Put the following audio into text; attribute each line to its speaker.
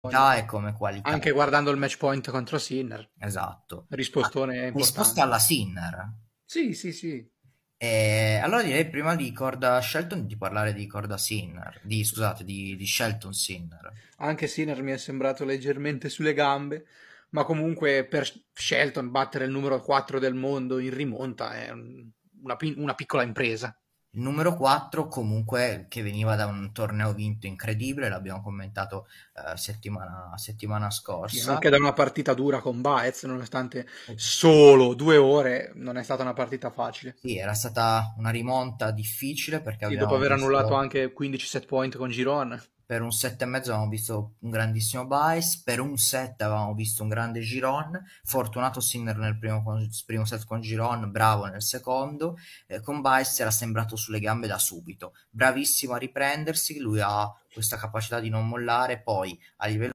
Speaker 1: qualità e come qualità.
Speaker 2: Anche guardando il match point contro Sinner,
Speaker 1: Esatto.
Speaker 2: rispostone importante.
Speaker 1: Risposta alla Sinner.
Speaker 2: Sì, sì, sì.
Speaker 1: E allora direi prima di Corda Shelton di parlare di Corda Sinner, di, scusate, di, di Shelton Sinner.
Speaker 2: Anche Sinner mi è sembrato leggermente sulle gambe, ma comunque per Shelton battere il numero 4 del mondo in rimonta è un- una, pi- una piccola impresa.
Speaker 1: Il numero 4 comunque che veniva da un torneo vinto incredibile, l'abbiamo commentato eh, settimana, settimana scorsa.
Speaker 2: Anche da una partita dura con Baez, nonostante solo due ore, non è stata una partita facile.
Speaker 1: Sì, era stata una rimonta difficile perché
Speaker 2: Sì,
Speaker 1: abbiamo
Speaker 2: dopo aver
Speaker 1: visto-
Speaker 2: annullato anche 15 set point con Giron,
Speaker 1: per un set e mezzo avevamo visto un grandissimo Baez, per un set avevamo visto un grande Giron, fortunato Sinner nel primo, con- primo set con Giron, bravo nel secondo, eh, con Baez era sembrato sulle gambe da subito, bravissimo a riprendersi, lui ha questa capacità di non mollare, poi a livello